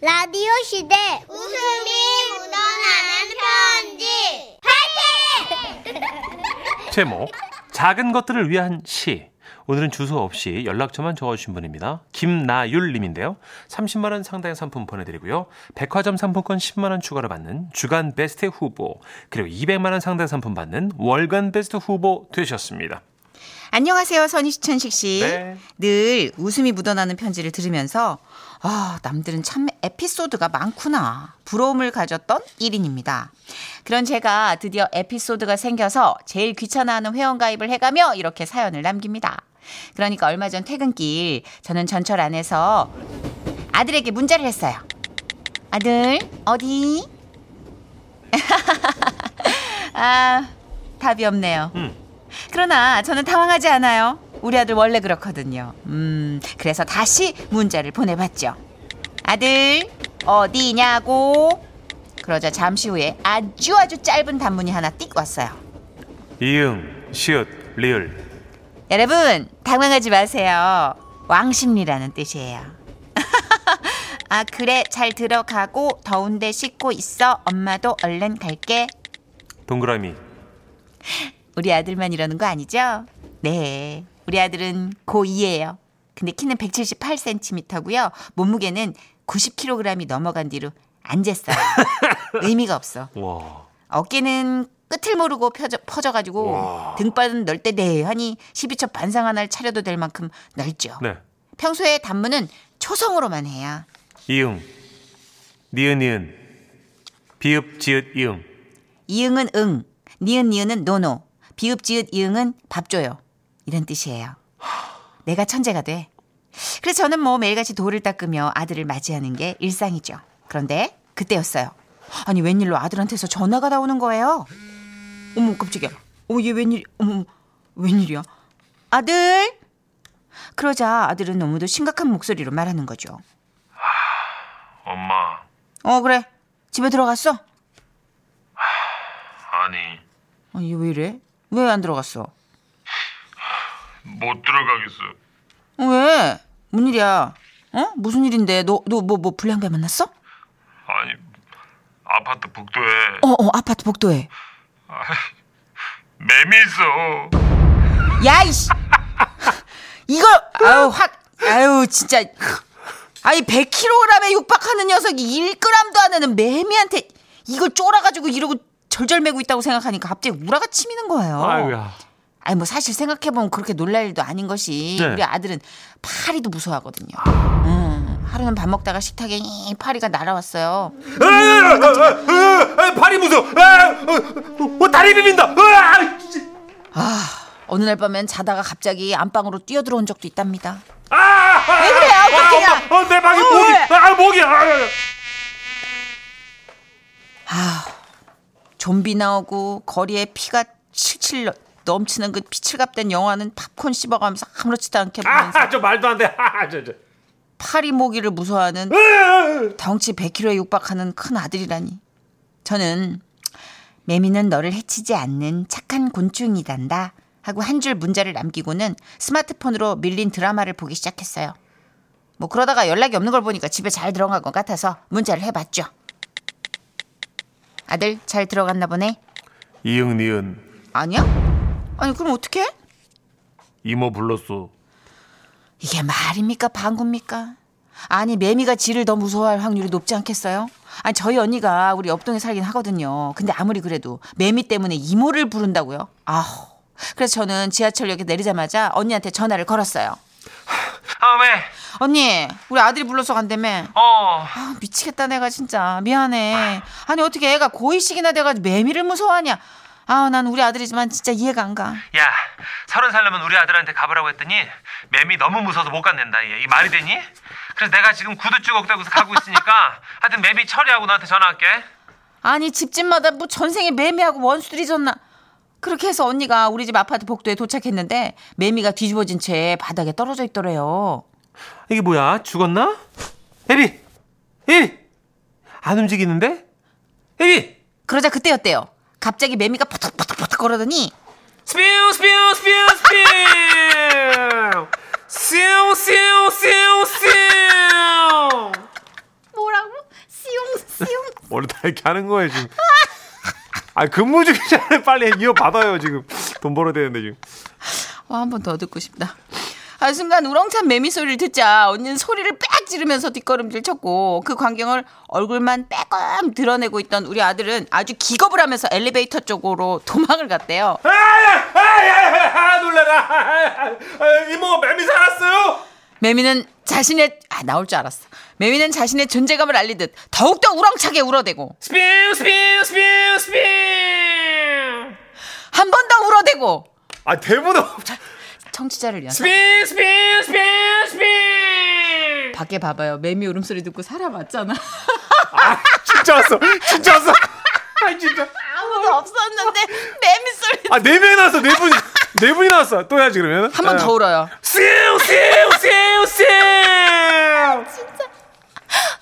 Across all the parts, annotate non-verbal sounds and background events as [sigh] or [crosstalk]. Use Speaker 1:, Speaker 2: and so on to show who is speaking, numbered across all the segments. Speaker 1: 라디오 시대 웃음이 묻어나는 편지
Speaker 2: 제목 작은 것들을 위한 시 오늘은 주소 없이 연락처만 적어주신 분입니다. 김나율님인데요. 30만 원 상당의 상품 보내드리고요. 백화점 상품권 10만 원 추가로 받는 주간 베스트 후보 그리고 200만 원 상당 상품 받는 월간 베스트 후보 되셨습니다.
Speaker 3: 안녕하세요, 선희 시천식 씨.
Speaker 2: 네.
Speaker 3: 늘 웃음이 묻어나는 편지를 들으면서 아, 남들은 참 에피소드가 많구나. 부러움을 가졌던 1인입니다. 그런 제가 드디어 에피소드가 생겨서 제일 귀찮아하는 회원가입을 해가며 이렇게 사연을 남깁니다. 그러니까 얼마 전 퇴근길 저는 전철 안에서 아들에게 문자를 했어요. 아들, 어디? [laughs] 아, 답이 없네요. 그러나 저는 당황하지 않아요. 우리 아들 원래 그렇거든요. 음, 그래서 다시 문자를 보내봤죠. 아들, 어디냐고? 그러자 잠시 후에 아주 아주 짧은 단문이 하나 띡 왔어요.
Speaker 2: 이응, 시옷, 리을.
Speaker 3: 여러분, 당황하지 마세요. 왕십리라는 뜻이에요. [laughs] 아, 그래, 잘 들어가고, 더운데 씻고 있어. 엄마도 얼른 갈게.
Speaker 2: 동그라미.
Speaker 3: 우리 아들만 이러는 거 아니죠? 네. 우리 아들은 고2예요. 근데 키는 178cm고요. 몸무게는 90kg이 넘어간 뒤로 안 쟀어요. 의미가 없어.
Speaker 2: 와.
Speaker 3: 어깨는 끝을 모르고 펴져, 퍼져가지고 등발은 넓대 네. 대하니 12첩 반상 하나를 차려도 될 만큼 넓죠.
Speaker 2: 네.
Speaker 3: 평소에 단문은 초성으로만 해요.
Speaker 2: 이응, 니은, 니은. 비읍, 지읒, 이응.
Speaker 3: 이응은 응, 니은 니은은 노노, 비읍 지읒 이응은 밥 줘요. 이런 뜻이에요. 내가 천재가 돼. 그래서 저는 뭐 매일같이 돌을 닦으며 아들을 맞이하는 게 일상이죠. 그런데 그때였어요. 아니 웬일로 아들한테서 전화가 다 오는 거예요? 어머 깜짝이야. 어머 얘 웬일? 어머 웬일이야? 아들? 그러자 아들은 너무도 심각한 목소리로 말하는 거죠.
Speaker 2: 엄마,
Speaker 3: 어 그래 집에 들어갔어?
Speaker 2: 아니.
Speaker 3: 아니 얘 왜 이래? 왜 안 들어갔어?
Speaker 2: 못 들어가겠어.
Speaker 3: 왜? 뭔 일이야? 어? 무슨 일인데? 너 너 뭐 뭐 불량배 만났어? 어,
Speaker 2: 아니, 아파트 복도에
Speaker 3: 어, 아파트 복도에.
Speaker 2: 매미 있어.
Speaker 3: 야, 이씨. [laughs] 이걸 아유, 확 아유, 진짜. 아니, 100kg에 육박하는 녀석이 1g도 안 되는 매미한테 이걸 쫄아 가지고 이러고 절절매고 있다고 생각하니까 갑자기 우라가 치미는 거예요.
Speaker 2: 아이고야.
Speaker 3: 아니 뭐 사실 생각해 보면 그렇게 놀랄 일도 아닌 것이
Speaker 2: 네.
Speaker 3: 우리 아들은 파리도 무서워하거든요. 음, 하루는 밥 먹다가 식탁에 이 파리가 날아왔어요.
Speaker 2: 발이 무서워. 어, 다리 비빈다.
Speaker 3: 어느 날 밤엔 자다가 갑자기 안방으로 뛰어들어온 적도 있답니다.
Speaker 2: 아!
Speaker 3: 왜 그래요, 깜짝이야.
Speaker 2: 어, 내 방에
Speaker 3: 어,
Speaker 2: 모기.
Speaker 3: 왜?
Speaker 2: 아, 모기. 아, 아, 아.
Speaker 3: 좀비 나오고 거리에 피가 칠칠 넘치는 그 피칠갑된 영화는 팝콘 씹어가면서 아무렇지도 않게 보면서
Speaker 2: 아, 저 말도 안 돼. 아, 저, 저.
Speaker 3: 파리 모기를 무서워하는 덩치 100kg에 육박하는 큰 아들이라니. 저는 매미는 너를 해치지 않는 착한 곤충이란다 하고 한 줄 문자를 남기고는 스마트폰으로 밀린 드라마를 보기 시작했어요. 뭐 그러다가 연락이 없는 걸 보니까 집에 잘 들어간 것 같아서 문자를 해봤죠. 아들 잘 들어갔나 보네.
Speaker 2: 이응 니은
Speaker 3: 아니야? 아니 그럼 어떻게?
Speaker 2: 이모 불렀어.
Speaker 3: 이게 말입니까 방구입니까? 아니 매미가 지를 더 무서워할 확률이 높지 않겠어요? 아니 저희 언니가 우리 옆동에 살긴 하거든요. 근데 아무리 그래도 매미 때문에 이모를 부른다고요? 아우. 그래서 저는 지하철역에 내리자마자 언니한테 전화를 걸었어요.
Speaker 2: 아, 왜?
Speaker 3: 언니, 우리 아들이 불러서 간다며.
Speaker 2: 어.
Speaker 3: 아, 미치겠다 내가 진짜. 미안해. 아니 어떻게 애가 고2식이나 돼가지고 매미를 무서워하냐. 아, 난 우리 아들이지만 진짜 이해가 안 가.
Speaker 4: 야, 서른 살려면 우리 아들한테 가보라고 했더니 매미 너무 무서워서 못 간댄다. 이게 이 말이 되니? 그래서 내가 지금 구두 쭉 억대고서 가고
Speaker 2: [laughs]
Speaker 4: 있으니까 하여튼 매미 처리하고 너한테 전화할게.
Speaker 3: 아니 집집마다 뭐 전생에 매미하고 원수들이 졌나 그렇게 해서 언니가 우리 집 아파트 복도에 도착했는데 매미가 뒤집어진 채 바닥에 떨어져 있더래요
Speaker 2: 이게 뭐야? 죽었나? 에비. 에비. 안 움직이는데? 에비.
Speaker 3: 그러자 그때였대요 갑자기 매미가 포탁포탁포탁 걸으더니
Speaker 2: 스피우 스피우 스피우 스피우. [laughs] 스우 스우 스우 스우.
Speaker 3: 뭐라고?
Speaker 2: 원래 다 이렇게 하는 거예요 지금. 아 근무 중이잖아요. 빨리 이어 받아요 지금. 돈 벌어야 되는데 지금.
Speaker 3: 어, 한번 더 듣고 싶다. 아, 순간 우렁찬 매미 소리를 듣자 언니는 소리를 빽 지르면서 뒷걸음질 쳤고 그 광경을 얼굴만 빼꼼 드러내고 있던 우리 아들은 아주 기겁을 하면서 엘리베이터 쪽으로 도망을 갔대요.
Speaker 2: 아, 아야아야 놀래라. 이모 뱀이 살았어요.
Speaker 3: 매미는 자신의 아 나올 줄 알았어. 매미는 자신의 존재감을 알리듯 더욱더 우렁차게 울어대고
Speaker 2: 스피우 스피우 스피우 스피우.
Speaker 3: 한 번 더 울어대고
Speaker 2: 아 대본 없죠.
Speaker 3: 청취자를 위한
Speaker 2: 스피우 스피우 스피우 스피우.
Speaker 3: 밖에 봐봐요. 매미 울음소리 듣고 살아봤잖아.
Speaker 2: 아 진짜 왔어. 진짜 왔어. 아 진짜.
Speaker 3: [laughs] 아무도 없었는데 매미 소리.
Speaker 2: 아네 명이 나왔어. 네 분. 네 분이 나왔어. 또 해야지 그러면.
Speaker 3: 한
Speaker 5: 네.
Speaker 3: 번 더 울어요.
Speaker 2: 씨우 씨우 씨우 씨우.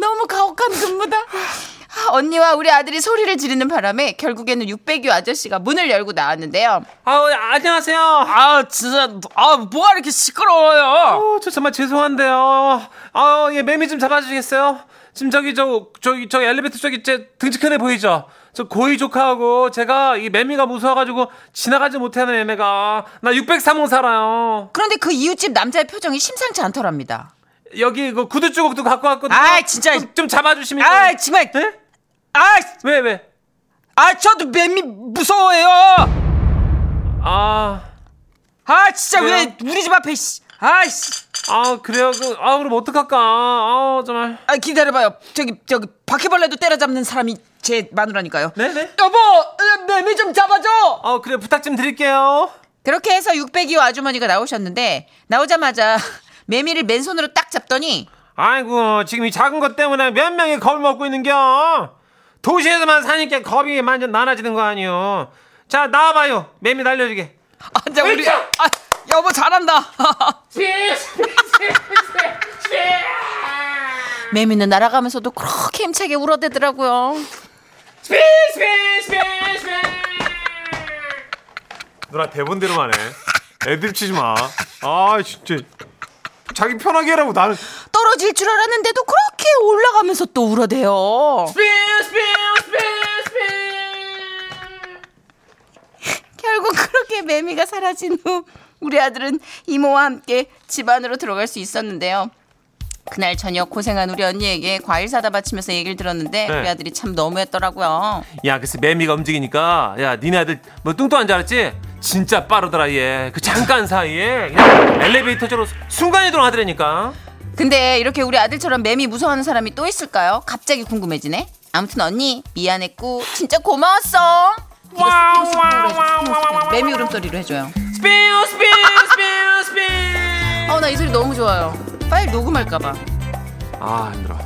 Speaker 3: 너무 가혹한 근무다. 아, 언니와 우리 아들이 소리를 지르는 바람에 결국에는 600유 아저씨가 문을 열고 나왔는데요.
Speaker 2: 아우 어, 안녕하세요.
Speaker 5: 아 진짜 아 뭐가 이렇게 시끄러워요?
Speaker 2: 아우 어, 저 정말 죄송한데요. 아우 예 매미 좀 잡아주시겠어요? 지금 저기 저 저기 저 엘리베이터 저기 제 등치큰애 보이죠? 저 고이 조카하고 제가 이 매미가 무서워가지고 지나가지 못하는 애네가 나 603호 살아요.
Speaker 3: 그런데 그 이웃집 남자의 표정이 심상치 않더랍니다.
Speaker 2: 여기 그 구두 주걱도 갖고 왔거든요.
Speaker 5: 아이, 진짜.
Speaker 2: 좀, 좀 잡아주시면.
Speaker 5: 아 정말
Speaker 2: 네?
Speaker 5: 아,
Speaker 2: 왜 왜?
Speaker 5: 아 저도 매미 무서워해요.
Speaker 2: 아.
Speaker 5: 아 진짜
Speaker 2: 왜요?
Speaker 5: 왜 우리 집 앞에 씨. 아, 씨.
Speaker 2: 아 그래요 그, 아 그럼 어떡할까 아 정말
Speaker 5: 아 기다려봐요. 저기 저기 바퀴벌레도 때려잡는 사람이 제 마누라니까요.
Speaker 2: 네네
Speaker 5: 여보 어, 매미 좀 잡아줘.
Speaker 2: 아 그래 부탁 좀 드릴게요
Speaker 3: 그렇게 해서 600유 아주머니가 나오셨는데 나오자마자 [laughs] 매미를 맨손으로 딱 잡더니
Speaker 2: 아이고 지금 이 작은 것 때문에 몇 명이 겁을 먹고 있는겨 도시에서만 사니까 겁이 완전 나눠지는 거 아니요 자 나와봐요 매미 날려주게
Speaker 5: 아, 자 우리 아 여보
Speaker 3: [laughs]
Speaker 5: 잘한다.
Speaker 3: 매미는 날아가면서도 그렇게 힘차게 울어대더라고요.
Speaker 6: 누나 대본대로만 해. 애들 치지 마. 아 진짜 자기 편하게 하라고 나는
Speaker 3: 떨어질 줄 알았는데도 그렇게 올라가면서 또 울어대요. 결국 그렇게 매미가 사라진 후 우리 아들은 이모와 함께 집 안으로 들어갈 수 있었는데요. 그날 저녁 고생한 우리 언니에게 과일 사다 바치면서 얘기를 들었는데
Speaker 2: 네.
Speaker 3: 우리 아들이 참 너무했더라고요.
Speaker 2: 야 글쎄 매미가 움직이니까 야 니네 아들 뭐 뚱뚱한 줄 알았지? 진짜 빠르더라 얘그 잠깐 사이에 그냥 엘리베이터 저로 순간이 동아더라니까
Speaker 3: 근데 이렇게 우리 아들처럼 매미 무서워하는 사람이 또 있을까요? 갑자기 궁금해지네. 아무튼 언니 미안했고 진짜 고마웠어. 이거 스피어 스피어로 해줘, 스피어 스피어. 매미 울음소리로 해줘요.
Speaker 2: 스피우 스피우 스피우 스피우
Speaker 3: 어 나 이 소리 너무 좋아요. 파일 녹음할까봐.
Speaker 2: 아 힘들어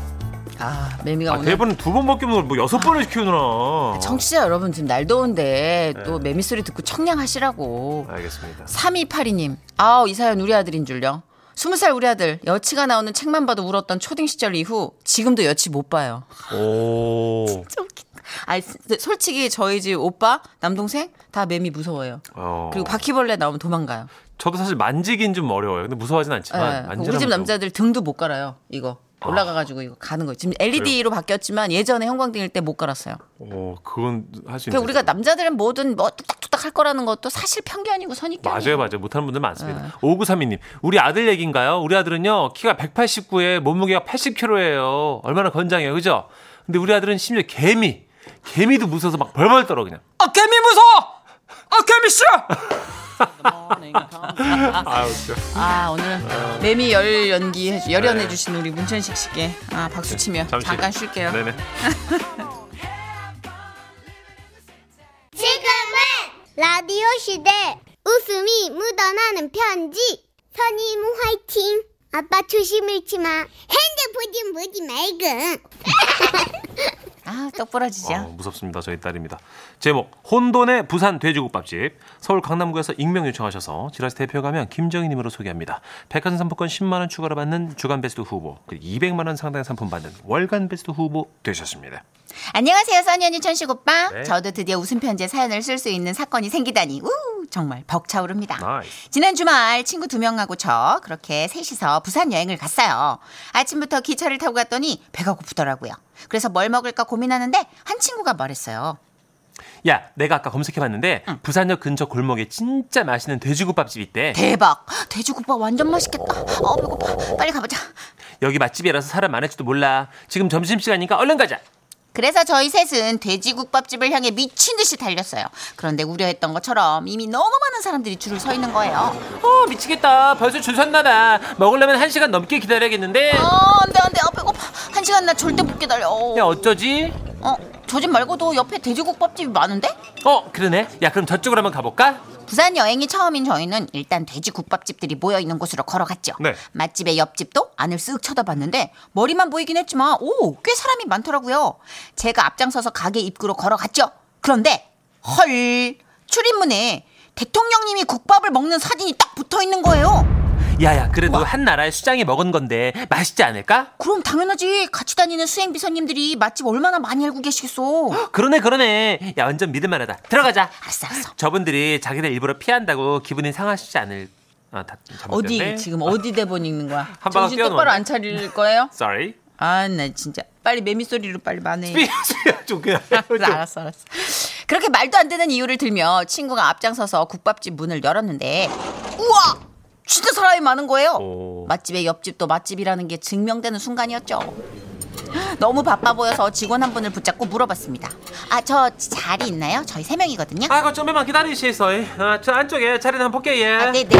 Speaker 3: 아 매미가
Speaker 2: 아,
Speaker 3: 오늘
Speaker 2: 대본은 두 번밖에 없는 걸뭐 여섯 번을 키우느라.
Speaker 3: 청취자 여러분 지금 날 더운데 또 매미 소리 듣고 청량하시라고.
Speaker 2: 네. 알겠습니다.
Speaker 3: 3282님. 아우 이 사연 우리 아들인 줄요. 20살 우리 아들 여치가 나오는 책만 봐도 울었던 초딩 시절 이후 지금도 여치 못 봐요. [laughs]
Speaker 2: 오.
Speaker 3: 아 솔직히 저희 집 오빠 남동생 다 매미 무서워요.
Speaker 2: 어.
Speaker 3: 그리고 바퀴벌레 나오면 도망가요.
Speaker 2: 저도 사실 만지긴 좀 어려워요. 근데 무서워하진 아, 않지만
Speaker 3: 예,
Speaker 2: 만지는
Speaker 3: 우리 집 남자들 등도 못 갈아요. 이거 올라가가지고 이거 가는 거. 지금 LED로 바뀌었지만 예전에 형광등일 때 못 갈았어요.
Speaker 2: 어, 그건 할수
Speaker 3: 그러니까
Speaker 2: 있는.
Speaker 3: 우리가 남자들은 뭐든 뭐 뚝딱뚝딱 할 거라는 것도 사실 편견이고 선입견이에요.
Speaker 2: 맞아요, 맞아요. 못하는 분들
Speaker 3: 네.
Speaker 2: 많습니다. 5932님, 우리 아들 얘기인가요? 우리 아들은요, 키가 189에 몸무게가 80kg예요. 얼마나 건장해요, 그죠? 근데 우리 아들은 심지어 개미, 개미도 무서워서 막 벌벌 떨어 그냥.
Speaker 5: 아 개미 무서워. 아 개미 싫어.
Speaker 3: 아 오늘은 매미 열 연기 해주 열연해 주신 우리 문천식 씨께 아 박수 치며
Speaker 2: 네. 잠시.
Speaker 3: 잠깐 쉴게요.
Speaker 2: 네네.
Speaker 1: 지금은 라디오 시대 웃음이 묻어나는 편지 선임 화이팅 아빠 조심 잃지 마 핸드폰 좀 보지 말고
Speaker 3: 아 똑부러지죠.
Speaker 2: 어, 무섭습니다. 저희 딸입니다. 제목 혼돈의 부산 돼지국밥집 서울 강남구에서 익명 요청하셔서 지라시 대표 가면 김정희님으로 소개합니다. 백화점 상품권 10만 원 추가로 받는 주간 베스트 후보 그리고 200만 원 상당의 상품 받는 월간 베스트 후보 되셨습니다.
Speaker 3: 안녕하세요, 써니 언니 천식 오빠.
Speaker 2: 네.
Speaker 3: 저도 드디어 웃음 편지에 사연을 쓸 수 있는 사건이 생기다니. 우! 아우 정말 벅차오릅니다.
Speaker 2: 나이스.
Speaker 3: 지난 주말 친구 두 명하고 저 그렇게 셋이서 부산 여행을 갔어요. 아침부터 기차를 타고 갔더니 배가 고프더라고요. 그래서 뭘 먹을까 고민하는데 한 친구가 말했어요.
Speaker 2: 야, 내가 아까 검색해봤는데 부산역 근처 골목에 진짜 맛있는 돼지국밥집 있대.
Speaker 3: 대박! 돼지국밥 완전 맛있겠다. 어 배고파. 빨리 가보자.
Speaker 2: 여기 맛집이라서 사람 많을지도 몰라. 지금 점심시간이니까 얼른 가자.
Speaker 3: 그래서 저희 셋은 돼지국밥집을 향해 미친 듯이 달렸어요. 그런데 우려했던 것처럼 이미 너무 많은 사람들이 줄을 서 있는 거예요.
Speaker 2: 어, 미치겠다. 벌써 줄 섰나봐. 먹으려면 한 시간 넘게 기다려야겠는데.
Speaker 3: 어, 안 돼, 안 돼. 아, 배고파. 한 시간 나 절대 못 기다려. 어,
Speaker 2: 야, 어쩌지?
Speaker 3: 어, 저 집 말고도 옆에 돼지국밥집이 많은데?
Speaker 2: 어, 그러네. 야, 그럼 저쪽으로 한번 가볼까?
Speaker 3: 부산 여행이 처음인 저희는 일단 돼지국밥집들이 모여있는 곳으로 걸어갔죠.
Speaker 6: 네.
Speaker 3: 맛집의 옆집도 안을 쓱 쳐다봤는데 머리만 보이긴 했지만 오, 꽤 사람이 많더라고요. 제가 앞장서서 가게 입구로 걸어갔죠. 그런데 헐, 출입문에 대통령님이 국밥을 먹는 사진이 딱 붙어있는 거예요.
Speaker 2: 야, 야, 그래도 한 나라의 수장이 먹은 건데 맛있지 않을까?
Speaker 3: 그럼 당연하지. 같이 다니는 수행비서님들이 맛집 얼마나 많이 알고 계시겠어.
Speaker 2: 그러네, 그러네. 야, 완전 믿을만하다. 아, 들어가자.
Speaker 3: 알았어, 알았어.
Speaker 2: 저분들이 자기들 일부러 피한다고 기분이 상하시지 않을. 아, 다
Speaker 5: 어디
Speaker 2: 잘못됐네.
Speaker 5: 지금 어디 대본 읽는 거야?
Speaker 2: 한 방울
Speaker 5: 정신 똑바로
Speaker 2: 뛰어넘네.
Speaker 5: 안 차릴 거예요?
Speaker 2: Sorry.
Speaker 5: 아 나 진짜 빨리 매미 소리로 빨리 만해.
Speaker 6: 좀 그냥
Speaker 3: 그래, [laughs] 알았어, 알았어. 그렇게 말도 안 되는 이유를 들며 친구가 앞장서서 국밥집 문을 열었는데, 우와! 진짜 사람이 많은 거예요.
Speaker 2: 오.
Speaker 3: 맛집의 옆집도 맛집이라는 게 증명되는 순간이었죠. [gasps] 너무 바빠 보여서 직원 한 분을 붙잡고 물어봤습니다. 아, 저 자리 있나요? 저희 세 명이거든요.
Speaker 2: 아, 그좀 만기다리시어 아, 저 안쪽에 자리는 한번 볼게, 예.
Speaker 3: 아,
Speaker 2: 아,
Speaker 3: 네, 네.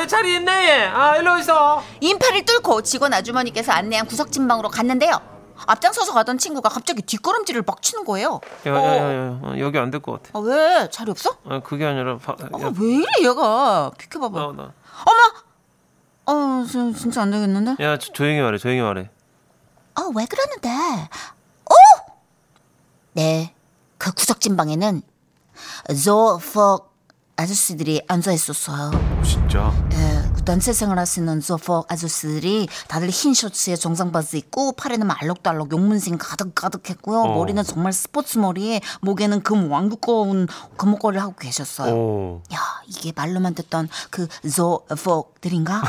Speaker 2: 여 자리 있네, 예. 아, 일로 있어.
Speaker 3: 인파를 뚫고 직원 아주머니께서 안내한 구석진 방으로 갔는데요. 앞장서서 가던 친구가 갑자기 뒷걸음질을 막 치는 거예요.
Speaker 4: 야, 야, 야, 야, 어, 여기 안 될 것 같아.
Speaker 3: 아, 왜? 자리 없어?
Speaker 4: 아, 그게 아니라 바,
Speaker 2: 어,
Speaker 3: 아,
Speaker 4: 야, 어.
Speaker 3: 왜 이래 얘가? 비켜봐봐.
Speaker 4: 나, 나.
Speaker 3: 어머! 어, 저, 진짜 안 되겠는데?
Speaker 4: 야 조- 조용히 말해, 조용히 말해.
Speaker 3: 어, 왜 그러는데? 오! 네, 그 구석진 방에는 조폭 아저씨들이 앉아있었어요.
Speaker 6: 진짜
Speaker 3: 예, 그 단체 생활하시는 조폭 아저씨들이 다들 흰 셔츠에 정장 바지 입고 팔에는 알록달록 용문신 가득 가득했고요. 머리는 정말 스포츠 머리에 목에는 금 왕두꺼운 금목걸이를 하고 계셨어요.
Speaker 2: 오.
Speaker 3: 야, 이게 말로만 듣던 그 조폭들인가?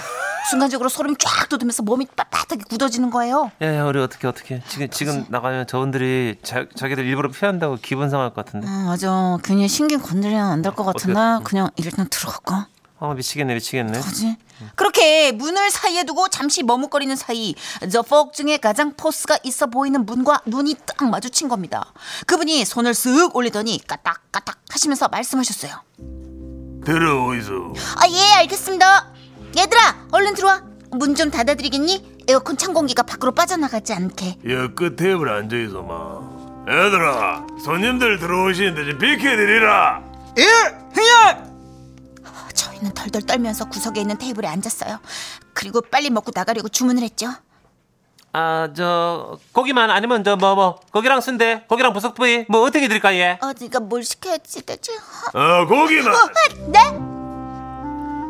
Speaker 3: 순간적으로 소름이 쫙 돋으면서 몸이 빳빳하게 굳어지는 거예요.
Speaker 4: 야, 야, 우리 어떻게 어떻게? 지금 지금 나가면 저분들이 자, 자기들 일부러 피한다고 기분 상할 것 같은데.
Speaker 3: 아, 맞아. 괜히 신경 건드리면 안 될 것 같은데 그냥 일단 들어갈까?
Speaker 4: 아, 미치겠네, 미치겠네.
Speaker 3: 그지? 그렇게 문을 사이에 두고 잠시 머뭇거리는 사이 저폭 중에 가장 포스가 있어 보이는 문과 눈이 딱 마주친 겁니다. 그분이 손을 쓱 올리더니 까딱까딱 하시면서 말씀하셨어요.
Speaker 6: 들어오이소.
Speaker 3: 아, 예, 알겠습니다. 얘들아, 얼른 들어와. 문 좀 닫아드리겠니? 에어컨 찬 공기가 밖으로 빠져나가지 않게.
Speaker 6: 야 끝테이블 앉아있어 마. 얘들아 손님들 들어오시는데 좀 비켜드리라.
Speaker 3: 저희는 덜덜 떨면서 구석에 있는 테이블에 앉았어요. 그리고 빨리 먹고 나가려고 주문을 했죠.
Speaker 2: 아, 저, 고기만 아니면 저, 뭐, 뭐, 고기랑 순대, 고기랑 보석 부위, 뭐, 어떻게 드릴까, 예?
Speaker 3: 어, 네가 뭘 시켜야지 대체? 어,
Speaker 6: 어 고기만
Speaker 3: 어, 네?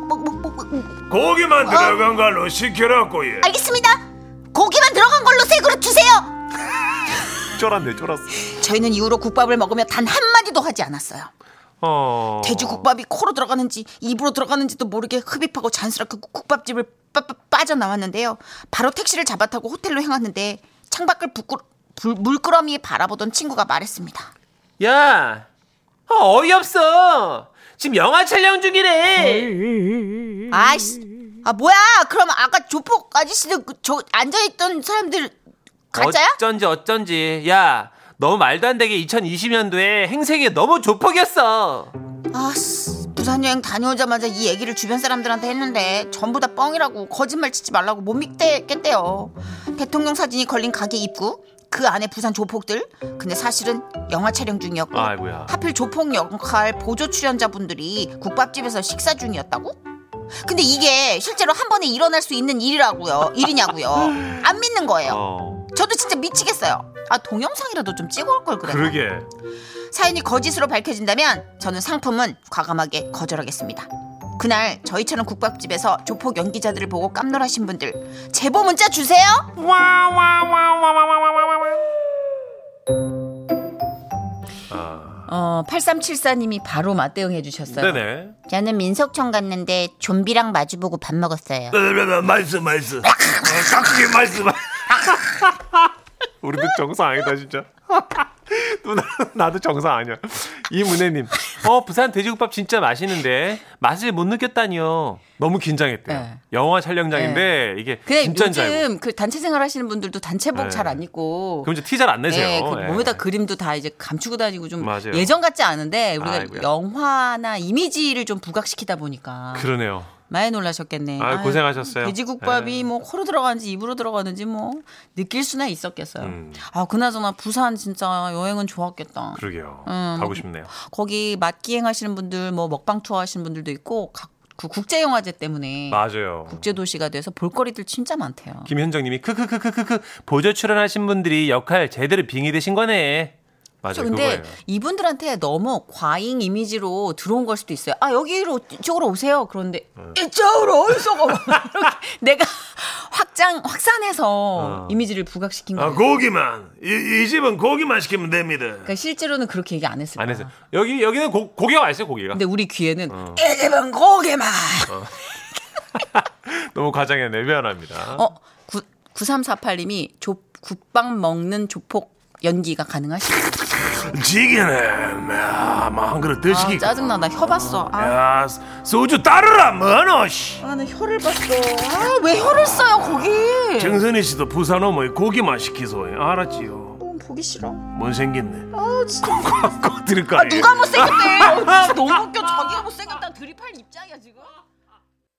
Speaker 3: 뭐, 뭐, 뭐, 뭐,
Speaker 6: 고기만 들어간 걸로 시켜놨고 예.
Speaker 3: 알겠습니다. 고기만 들어간 걸로 세 그릇 주세요.
Speaker 6: 쫄았네 쫄았어.
Speaker 3: 저희는 이후로 국밥을 먹으며 단 한마디도 하지 않았어요.
Speaker 2: 어.
Speaker 3: 돼지국밥이 코로 들어가는지 입으로 들어가는지도 모르게 흡입하고 잔스럽게 국- 국밥집을 빠, 져나왔는데요 바로 택시를 잡아타고 호텔로 향하는데 창밖을 부끄, 불- 물끄러미에 바라보던 친구가 말했습니다.
Speaker 2: 야! 어, 어이없어! 지금 영화 촬영 중이래!
Speaker 3: 아이씨, 아 뭐야? 그럼 아까 조폭 아저씨들 그- 저 앉아있던 사람들 가짜야?
Speaker 2: 어쩐지, 어쩐지. 야! 너무 말도 안 되게 2020년도에 행색이 너무 조폭이었어!
Speaker 3: 아씨, 부산 여행 다녀오자마자 이 얘기를 주변 사람들한테 했는데 전부 다 뻥이라고 거짓말 치지 말라고 못 믿겠대요. 대통령 사진이 걸린 가게 입구, 그 안에 부산 조폭들. 근데 사실은 영화 촬영 중이었고
Speaker 2: 아이고야.
Speaker 3: 하필 조폭 역할 보조 출연자분들이 국밥집에서 식사 중이었다고? 근데 이게 실제로 한 번에 일어날 수 있는 일이라고요. 일이냐고요. 안 믿는 거예요.
Speaker 2: 어.
Speaker 3: 저도 진짜 미치겠어요. 아 동영상이라도 좀 찍어올 걸 그래요.
Speaker 6: 그러게.
Speaker 3: 사연이 거짓으로 밝혀진다면 저는 상품은 과감하게 거절하겠습니다. 그날 저희처럼 국밥집에서 조폭 연기자들을 보고 깜놀하신 분들 제보 문자 주세요.
Speaker 5: 어
Speaker 3: 8374님이 바로 맞대응해 주셨어요.
Speaker 6: 네네.
Speaker 7: 저는 민속촌 갔는데 좀비랑 마주보고 밥 먹었어요.
Speaker 2: 네.
Speaker 6: 말씀 말씀. 깍두기 말씀. 우리도 정상 아니다 진짜. [laughs] 누나 나도 정상 아니야. 이문혜님.
Speaker 2: 어 부산 돼지국밥 진짜 맛있는데 맛을 못 느꼈다니요.
Speaker 6: 너무 긴장했대요.
Speaker 3: 네.
Speaker 2: 영화 촬영장인데 이게
Speaker 3: 그냥
Speaker 2: 진짜인 네. 줄 알고.
Speaker 3: 요즘 그 단체 생활 하시는 분들도 단체복 잘 안 입고
Speaker 2: 그럼 이제 티 잘 안 내세요.
Speaker 3: 예, 그
Speaker 2: 예.
Speaker 3: 몸에다 그림도 다 이제 감추고 다니고 좀
Speaker 2: 맞아요.
Speaker 3: 예전 같지 않은데 우리가
Speaker 2: 아이고야.
Speaker 3: 영화나 이미지를 좀 부각시키다 보니까
Speaker 2: 그러네요.
Speaker 3: 많이 놀라셨겠네.
Speaker 2: 아,
Speaker 3: 아유,
Speaker 2: 고생하셨어요. 네.
Speaker 3: 돼지국밥이 뭐 코로 들어가는지 입으로 들어가는지 뭐 느낄 수나 있었겠어요.
Speaker 2: 음.
Speaker 3: 아 그나저나 부산 진짜 여행은 좋았겠다.
Speaker 6: 그러게요.
Speaker 3: 음,
Speaker 6: 가고
Speaker 3: 뭐-
Speaker 6: 싶네요.
Speaker 3: 거기 맛기행 하시는 분들 뭐 먹방 투어 하시는 분들도 있고 각, 그 국제 영화제 때문에
Speaker 6: 맞아요.
Speaker 3: 국제 도시가 돼서 볼거리들 진짜 많대요.
Speaker 2: 김현정님이 크크크크크크 보조 출연하신 분들이 역할 제대로 빙의되신 거네.
Speaker 3: 그렇죠.
Speaker 2: 맞아요.
Speaker 3: 근데
Speaker 2: 그거예요.
Speaker 3: 이분들한테 너무 과잉 이미지로 들어온 걸 수도 있어요. 아 여기로 이쪽으로 오세요. 그런데
Speaker 2: 네.
Speaker 3: 이쪽으로 어디서 가? [laughs] 이렇게 내가 [laughs] 확장
Speaker 2: 어.
Speaker 3: 확산해서 이미지를 부각시킨
Speaker 2: 아,
Speaker 3: 거예요.
Speaker 6: 아, 고기만 이, 이 집은 고기만 시키면 됩니다.
Speaker 3: 그러니까 실제로는 그렇게 얘기 안 했을 어. 거야.
Speaker 2: 안 했어요. 여기 여기는 고, 고기가 맛있어요. 고기가.
Speaker 3: 근데 우리 귀에는 애기만 고개만.
Speaker 6: 너무 과장했네. 미안합니다.
Speaker 3: 어, 구, 9348님이 조, 국밥 먹는 조폭 연기가 가능하시죠?
Speaker 6: 지기는 뭐한 그릇
Speaker 3: 아,
Speaker 6: 드시기.
Speaker 3: 짜증나. 나 혀 봤어. 아,
Speaker 6: 야 소주 따르라 뭐노 씨.
Speaker 3: 아, 나 혀를 봤어. 아, 왜 혀를 써요, 거기?
Speaker 6: 정선희 씨도 부산 오면 고기만 시키소. 알았지요.
Speaker 3: 어, 보기 싫어.
Speaker 6: 못 생겼네. 아 [laughs] 진짜. 꼭 들을 거예요.
Speaker 3: 누가 못생겼대. 아, 진짜 너무 웃겨. 자기가 못생겼다. 드립할 입장이야, 지금.